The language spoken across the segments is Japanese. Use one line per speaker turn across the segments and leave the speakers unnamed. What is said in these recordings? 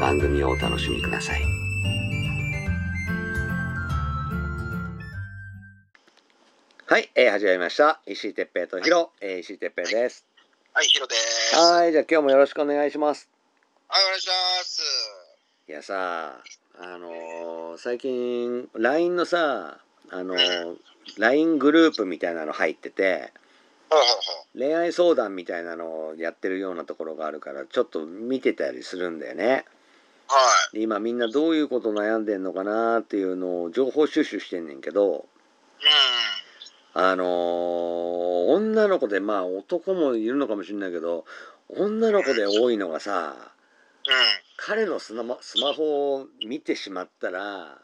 番組をお楽しみください。はい、えー始まりました。石井哲平とヒロ、えー石井哲平です。
はい、ヒロです。はい、
はい、じゃあ今日もよろしくお願いします。
お願いします。
いやさあのー最近 LINE のさあのー LINE グループみたいなの入ってて
はいはい
恋愛相談みたいなのをやってるようなところがあるからちょっと見てたりするんだよね
はい。は
で今みんなどういうこと悩んでんのかなっていうのを情報収集してんねんけど
い。う
あのー女の子でまあ男もいるのかもしれないけど女の子で多いのがさ
ん。うん。
彼のスマスマホを見てしまったら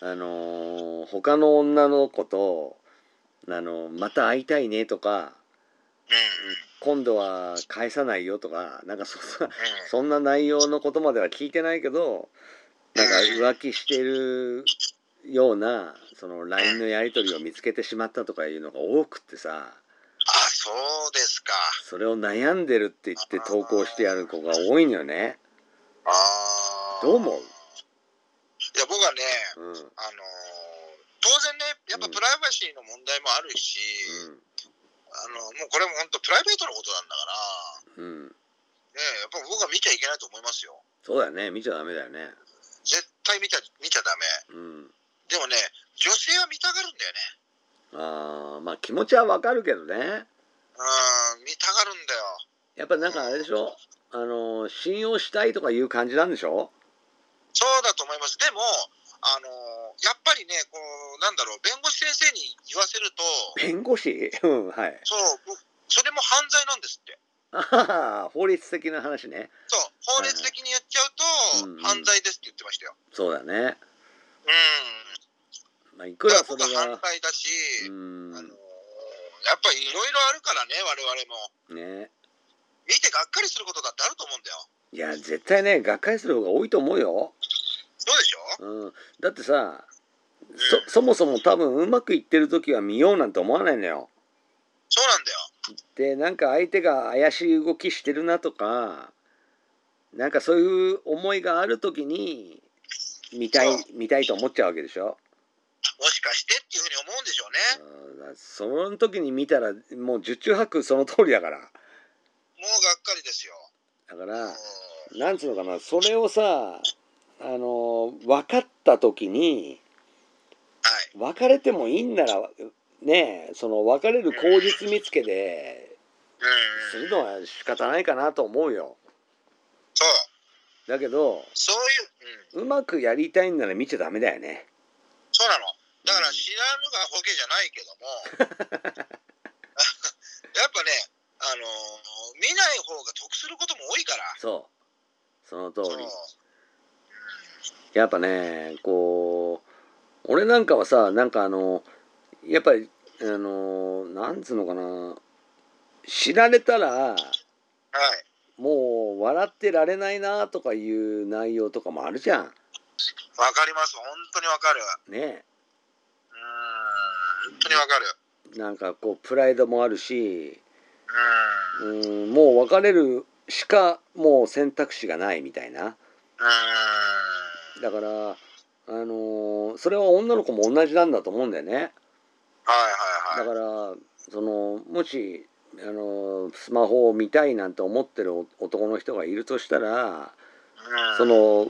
あのー他の女の子と、あのーまた会いたいねとか
う。
今度は返さないよとかなんかそんなん
うん。
そんな内容のことまでは聞いてないけどなんか浮気してるようなその LINE のやり取りを見つけてしまったとかいうのが多くってさ
あ、そうですか。
それを悩んでるって言って投稿してやる子が多いのよね。
ああ。
どう思う
いや、僕はね、
うんうん
あのー当然ね、やっぱ
うん
プライバシーの問題もあるし、あの、もうこれも本当プライベートなことなんだから、
うん、
ね、やっぱ僕は見ちゃいけないと思いますよ。
そうだよね見ちゃダメだよね。
絶対見ちゃ、見ちゃダメ。
うん
でもね、女性は見たがるんだよね。
あーまあ気持ちはわかるけどね
うん、見たがるんだよ。
やっぱなんかあれでしょあのー信用したいとかいう感じなんでしょ
そうだと思います。でも、あのーやっぱりね、こう、なんだろう、弁護士先生に言わせる と、
弁護士うんはい
そう、僕それも犯罪なんですって。
あはは法律的な話ね
そう、法律的に言っちゃう
はいはいうんうん
と、犯罪ですって言ってましたよ。
そうだね、
うん。
まあ、いく
だからら
そ
僕
れ
は
が
犯罪だ
う
し、
ん
あのーやっぱりいろいろあるからね、我々も。
ね
見てがっかりすることだってあると思うんだよ。
いや絶対ね学会する方が多いと思うよ、
そうでしょ
うん、だってさそそもそも多分うまくいってる時は見ようなんて思わないのよ
そうなんだよ。
でなんか相手が怪しい動きしてるなとかなんかそういう思いがある時に見たい
そう
見たいと思っちゃうわけでしょ、
もしかしてっていうふうに思うんでしょうね。
うん、だからその時に見たらもう十中八九その通りだから
もうがっかりですよ。
だか
うん。
ら
はい
なんつうのかなそれをさあの分かった時に。別れてもいいんならねえその別れる口実見つけで
うん
す。るのは仕方ないかなと思うよ
そう。
だけど
そういう、うん。
うまくやりたいんなら見ちゃダメだよね
そうなの。だから
うん
知らぬがホケじゃないけども、 やっぱね、あのー見ない方が得することも多いから。
そうその通
そう
りやっぱねこう俺なんかはさなんかあのやっぱりあのなんつうのかな知られたら
はい。
もう笑ってられないなとかいう内容とかもあるじゃん
わかります。本当にわかる。
ね
うん。本当にわかる。
なんかこうプライドもあるし
うん。うん。
うんもう別れるしかもう選択肢がないみたいなだからあのそれは女の子も同じなんだと思うんだよね
はい
だ
はいはい。
からそのもしあのスマホを見たいなんて思ってる男の人がいるとしたら
うん
その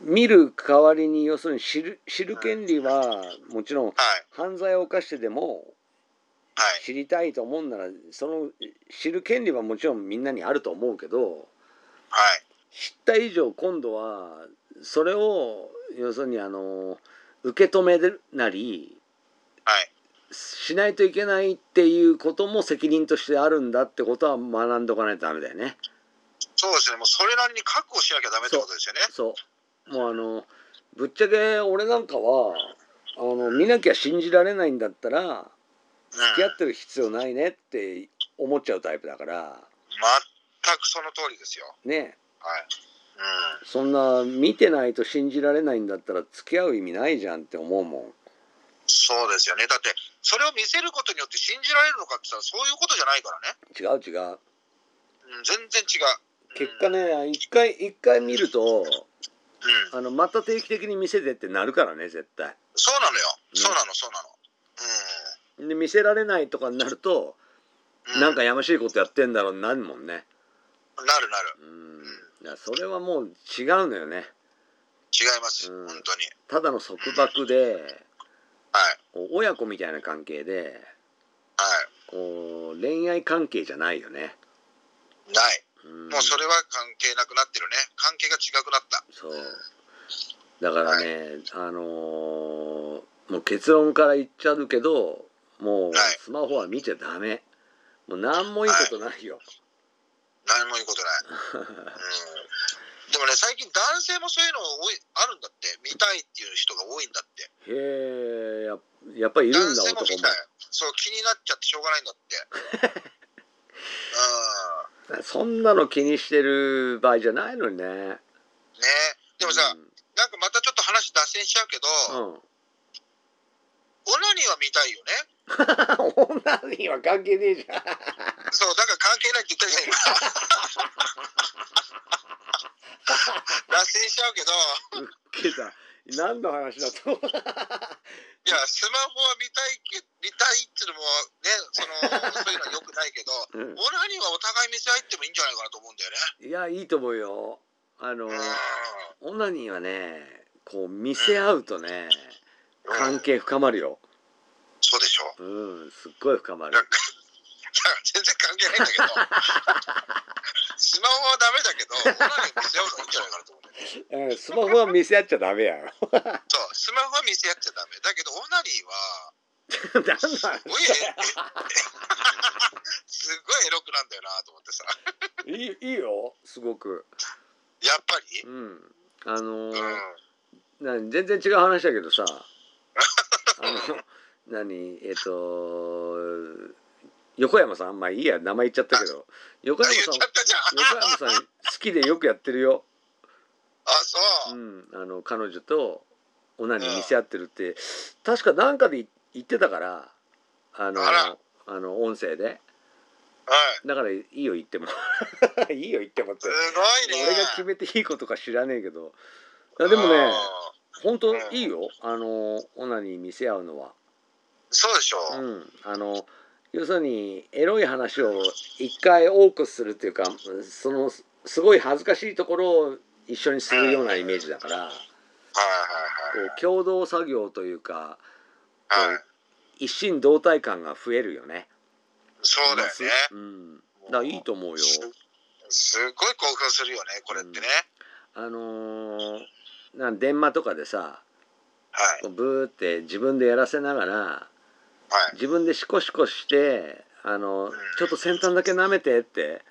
見る代わりに要するに知る知る権利はもちろん
はい、
犯罪を犯してでも
はい、
知りたいと思うならその知る権利はもちろんみんなにあると思うけど
はい、
知った以上今度はそれを要するにあの受け止めるなり
はい。
しないといけないっていうことも責任としてあるんだってことは学んどかないとダメだよね。
そうですね、もうそれなりに覚悟しなきゃダメってことですよね。
そうもうあのぶっちゃけ俺なんかはあの見なきゃ信じられないんだったら
うん
付き合ってる必要ないねって思っちゃうタイプだから
全くその通りですよ。
ね
はい。うん。
そんな見てないと信じられないんだったら付き合う意味ないじゃんって思うもん
そうですよね。だって、それを見せることによって信じられるのかって言ったら、そういうことじゃないからね。
違う違う
うん、全然違う。
結果ね一回一回見ると
うん。
あのまた定期的に見せてってなるからね絶対
そうなのよ。
ね
そうなの、そうなの。
で見せられないとかになると
うん。う
なんかやましいことやってんだろうなるもんね
なるなる。
うんいやそれはもう違うのよね
違います。
うん
本当に。
ただの束縛で
はい。
こう親子みたいな関係で
は
こう恋愛関係じゃないよね、
い。ない。
うん
もうそれは関係なくなってるね。関係が違くなった。
そうだからね、あのーもう結論から言っちゃうけどもう
い
スマホは見ちゃダメもう何もいいことないよ、
何もいいことない。うん。でもね、最近男性もそういうの多い、あるんだって。見たいっていう人が多いんだって。
へえややっぱりいるんだ
男性
男
も
も
見たいそう気になっちゃってしょうがないんだって う
そんなの気にしてる場合じゃないのにね
んねでもさ、
うん
なんかまたちょっと話脱線しちゃうけど、
うん、
オナニーは見たいよね
オナニーは関係ねえじゃん
そうだから関係ないって言ったじ ゃん今脱線しちゃうけど
けどさ何の話だ と
いやスマホは見たいけ見たいっていうのもねそのそういうのはよくないけど
うん
オナニーはお互い見せ合ってもいいんじゃないかなと思うんだよね
いやいいと思うよあの
うん
オナニーはねこう見せ合うとね
うん
関係深まるよ
そうでしょ
うんすっごい深まる
だから全然関係ないんだ けどスマホはダメだけどオナニー見せ合うのはいいんじゃないかなと思うんだよね
うんスマホは見せ合っちゃダメや ろ
そうスマホは見せ合っちゃダメだけどオナニ ーは
何なん
すごいえ すごいエロくなんだよなと思ってさ
いいいいよすごく
やっぱり
うんあの
うんはい
な全然違う話だけど さあの何えっ、と横山さんまあいいや名前言っちゃったけど横
言っ
山
ち
さん
ゃったじゃん
横山さん好きでよくやってるよ、、
あそううん
あの彼女とオナニー見せ合ってるって確かなんかで言ってたからあの
あら
あの音声で
はい
だからいいよ言っても いいよ言ってもって
すごいね
俺が決めていいことか知らねえけどいやでも
う
ね
ん
本当いいよあのオナニー見せ合うのは
そうでしょう
うん、あの要するにエロい話を一回多くするっていうかそのすごい恥ずかしいところを一緒にするようなイメージだからこ
はいは
う共同作業というか
いはいはい
一心同体感が増えるよね。
そうだよね
うん、だからいいと思うよ。
すすごい興奮するよねこれってね
あのーなん電話とかでさ
はい
こうブーって自分でやらせながら
はい
自分でシコシコしてあのちょっと先端だけ舐めてって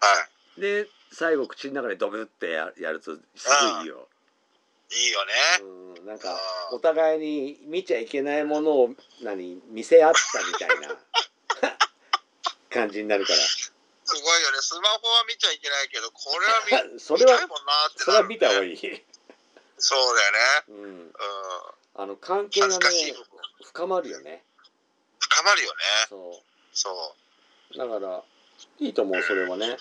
は
で最後口の中でドブってややるとすごいいいよ、
いいいよね
うん、なん
あ
か
ー
お互いに見ちゃいけないものを何見せ合ったみたい な感じになるから
すごいよね。スマホは見ちゃいけないけど、これは 見
それは
見たいもんなって
それは見た方が
いい。
いい、
そうだよね。
うん、
う
あの関係
ん。
がね
恥ずかしい部分。
深まるよね
深まるよね。
そ
そう。
うだからいいと思うそれはね、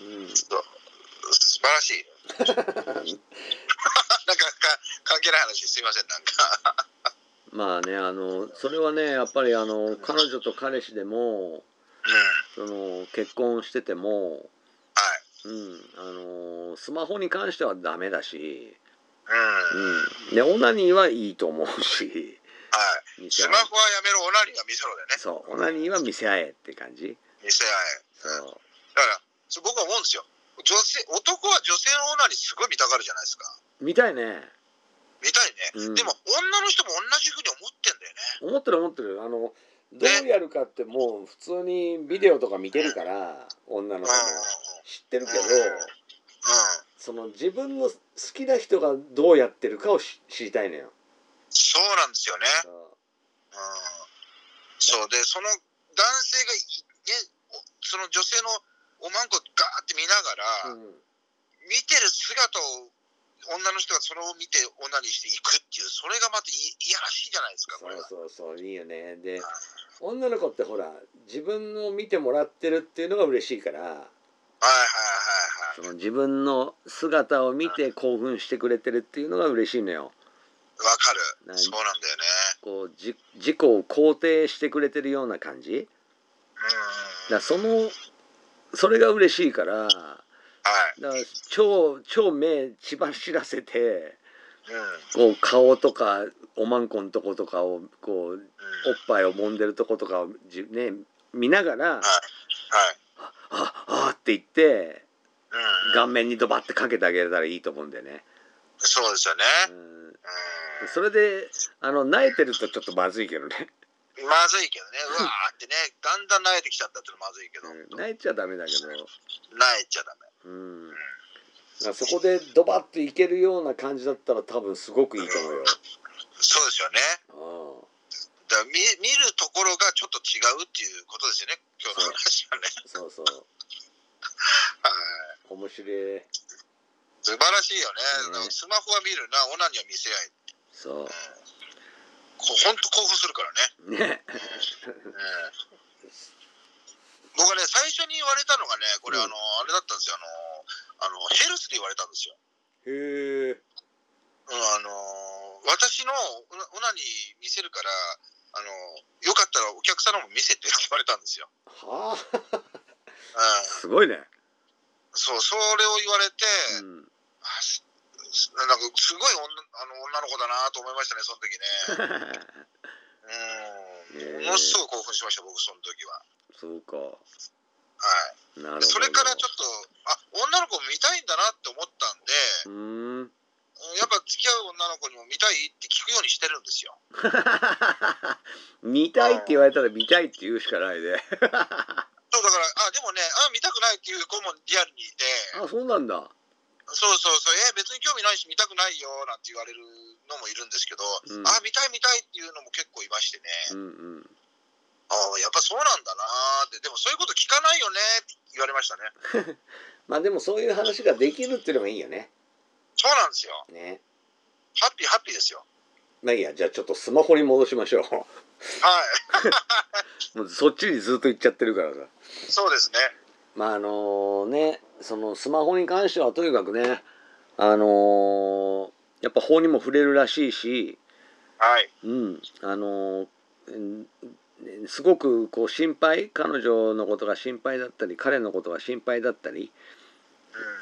うん。
うん、
そう素晴ら しい。なんかか関係ない話すいません。なんか。
まあねあのそれはねやっぱりあの彼女と彼氏でも
うん。
その結婚してても
はい。
うん、あのースマホに関してはダメだし、
うん。は
う
い。
ん、でオナニーはいいと思うし見
ス
せ合え
マホはやめろ、オナニーは見せろだよね。
そうオナニーは見せ合えって感じ
見せ合
そ
え。うんだから、そう僕は思うんですよ。女性、男は女性のオナニーすごい見たがるじゃないですか。
う見たいね
見たいね。
うん
でも、女の人も同じふうに思ってんだよね。
思ってる思ってるあのどうやるかってもう普通にビデオとか見てるから女の
うん。
子も
う
知ってるけど
ん。
その自分の好きな人がどうやってるかをし知りたいのよ
そうなんですよね。
そ
うんそうでその男性がい、ね、おその女性のおまんこガーって見な
う、う
がら、
ん、
見てる姿を女の人がそれを見て女にしていくっていうそれがまたいいやらしいじゃないですかこ
そ
れ
う
は。
そうそういいよねで女の子ってほら自分を見てもらってるっていうのが嬉しいから
はいはいはいはい。
その自分の姿を見て興奮してくれてるっていうのが嬉しいのよ
わか
な
る。そうなんだよね。
こうじ自己を肯定してくれてるような感じだか
うん。
らそのそれが嬉しいからだか
はい。
ら超超目血走らせて
うん。うん。
こう顔とかおまんこんとことかをこうおっぱいを揉んでるとことかをじ、ね、見ながら
はい。
「ああ」って言って
うん。
顔面にドバッてかけてあげたらいいと思うんだよね。
そうですよね。
うん
うん。
それであの慣れてるとちょっとまずいけどね
まずいけどね。うわーってね、だんだん慣れてきちゃったってのまずいけど、
うん
慣
慣れちゃダメだけ
れちゃダメ。
ど、うん、だからそこでドバッといけるような感じだったら多分すごくいいと思
そうですよね。
うよ。うん
だから見見るところがちょっと違うっていうことですよね、今日の話はね。
そうそう
はい
面白い
素晴らしいよね。
ね
スマホは見るな、オナニーは見せ
そ
合い。こう本当興奮するから
う
ね。
ね
うん僕はね、最初に言われたのがね、こ
う
れ、
ん
あの、あれだったんですよ。あの、あのヘルスで言われたんですよ。
へえ
うん、あの、私のオナオナニー見せるから、あの、よかったらお客様も見せてって言われたんですよ。
はあ
うん、
すごいね、
そう、それを言われて、
うん、
あすすなんかすごい女あの女の子だなと思いましたね、その時ね。うん、ものすごい興奮しました、僕、その時は。
そうか
は
なるほ
い、
ど
それからちょっと、あ女の子見たいんだなって思ったんで、
うーん
うんやっぱ付き合う女の子にも見たいって聞くようにしてるんですよ。
見たいって言われたら見たいって言うしかないで
そうだから、あでもねあ、見たくないっていう子もリアルにいて、
あそうなんだ
そうそうそう、え、別に興味ないし、見たくないよなんて言われるのもいるんですけど、
うん
あ、見たい見たいっていうのも結構いましてね。
うんうん
ああ、やっぱそうなんだなーって、でもそういうこと聞かないよねって言われましたね。
まあでもそういう話ができるっていうのがいいよね。
そうなんですよ。
ね。
ハッピーハッピーですよ。
まあいいや、じゃあちょっとスマホに戻しましょ
はい。
う。もうそっちにずっと行っちゃってるからさ。
そうですね。
まああのね、そのスマホに関してはとにかくね、あのーやっぱ法にも触れるらしいし、
はい。
うん、あのーうんすごくこう心配彼女のことが心配だったり彼のことが心配だったり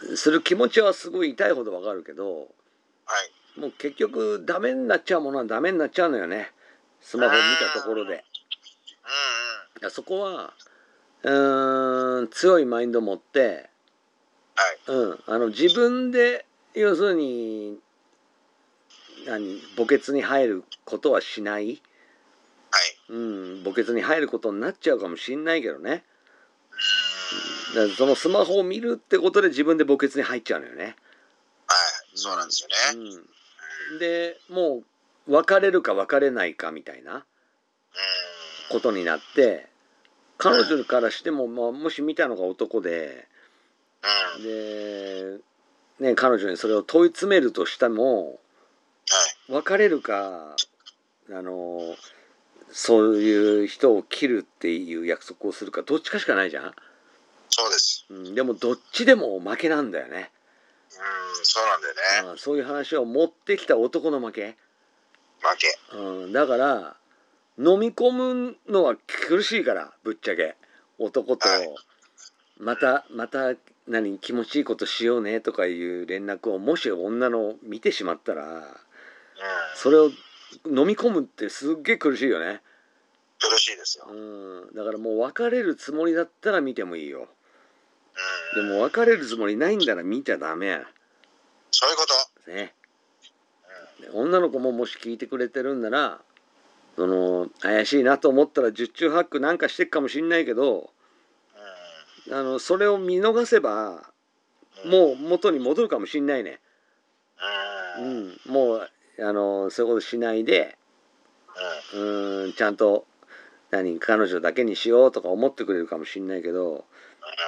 うん。
する気持ちはすごい痛いほどわかるけど
はい。
もう結局ダメになっちゃうものはダメになっちゃうのよねスマホ見たところで
うんうん。
いやそこはうーん強いマインド持って、
はい。
うん、あの自分で要するに何墓穴に入ることはしない、
はい。
うん、墓穴に入ることになっちゃうかもしんないけどね
うーん。
だからそのスマホを見るってことで自分で墓穴に入っちゃうのよね。
はい。そうなんですよね。
うん、でもう別れるか別れないかみたいな。
うん。
ことになって彼女からしても、まあ、もし見たのが男で
うん。はい。
で、ね、彼女にそれを問い詰めるとしても別れるかあのそういう人を切るっていう約束をするかどっちかしかないじゃん、
そうです。
うん、でもどっちでも負けなんだよね、
うん。そうなんだよね。
うん、そういう話を持ってきた男の負け、
負け。
うん、だから飲み込むのは苦しいからぶっちゃけ男と
はい
またまた何気持ちいいことしようねとかいう連絡をもし女の見てしまったら
うん。
それを飲み込むってすっげえ苦しいよね
苦しいですよ。
うんだからもう別れるつもりだったら見てもいいよで
うん。
も別れるつもりないんなら見ちゃダメ
そういうこと。
ねで女の子ももし聞いてくれてるんならその怪しいなと思ったら十中八九なんかしてっかもしんないけどあのそれを見逃せば
うん。
もう元に戻るかもしんないね、
うん。
う
うん。うん。
ん、もうあのそういうことしないでうーんちゃんと何彼女だけにしようとか思ってくれるかもしんないけど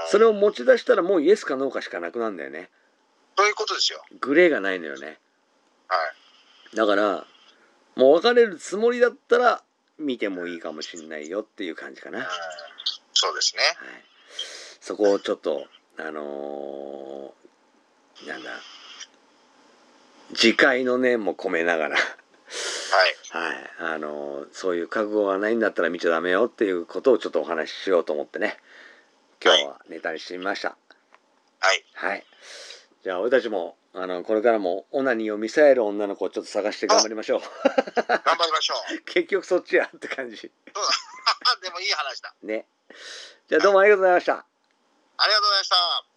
それを持ち出したらもうイエスかノーかしかなくなんだよね
そういうことですよ。
グレーがないのよね
はい。
だからもう別れるつもりだったら見てもいいかもしんないよっていう感じかな、
うん
はい、。
そうですね。
そこをちょっとあのーなんだ次回の念も込めながら
はい。
はい、あのそういう覚悟がないんだったら見ちゃダメよっていうことをちょっとお話ししようと思ってね今日はネタにしてみました
はい。
はいじゃあ俺たちもあのこれからもオナニーを見せえる女の子をちょっと探して頑張りましょう
頑張りましょ う。
結局そっちやって感じ
でもいい話だ。
ねじゃあどうもありがとうございました
ありがとうございました。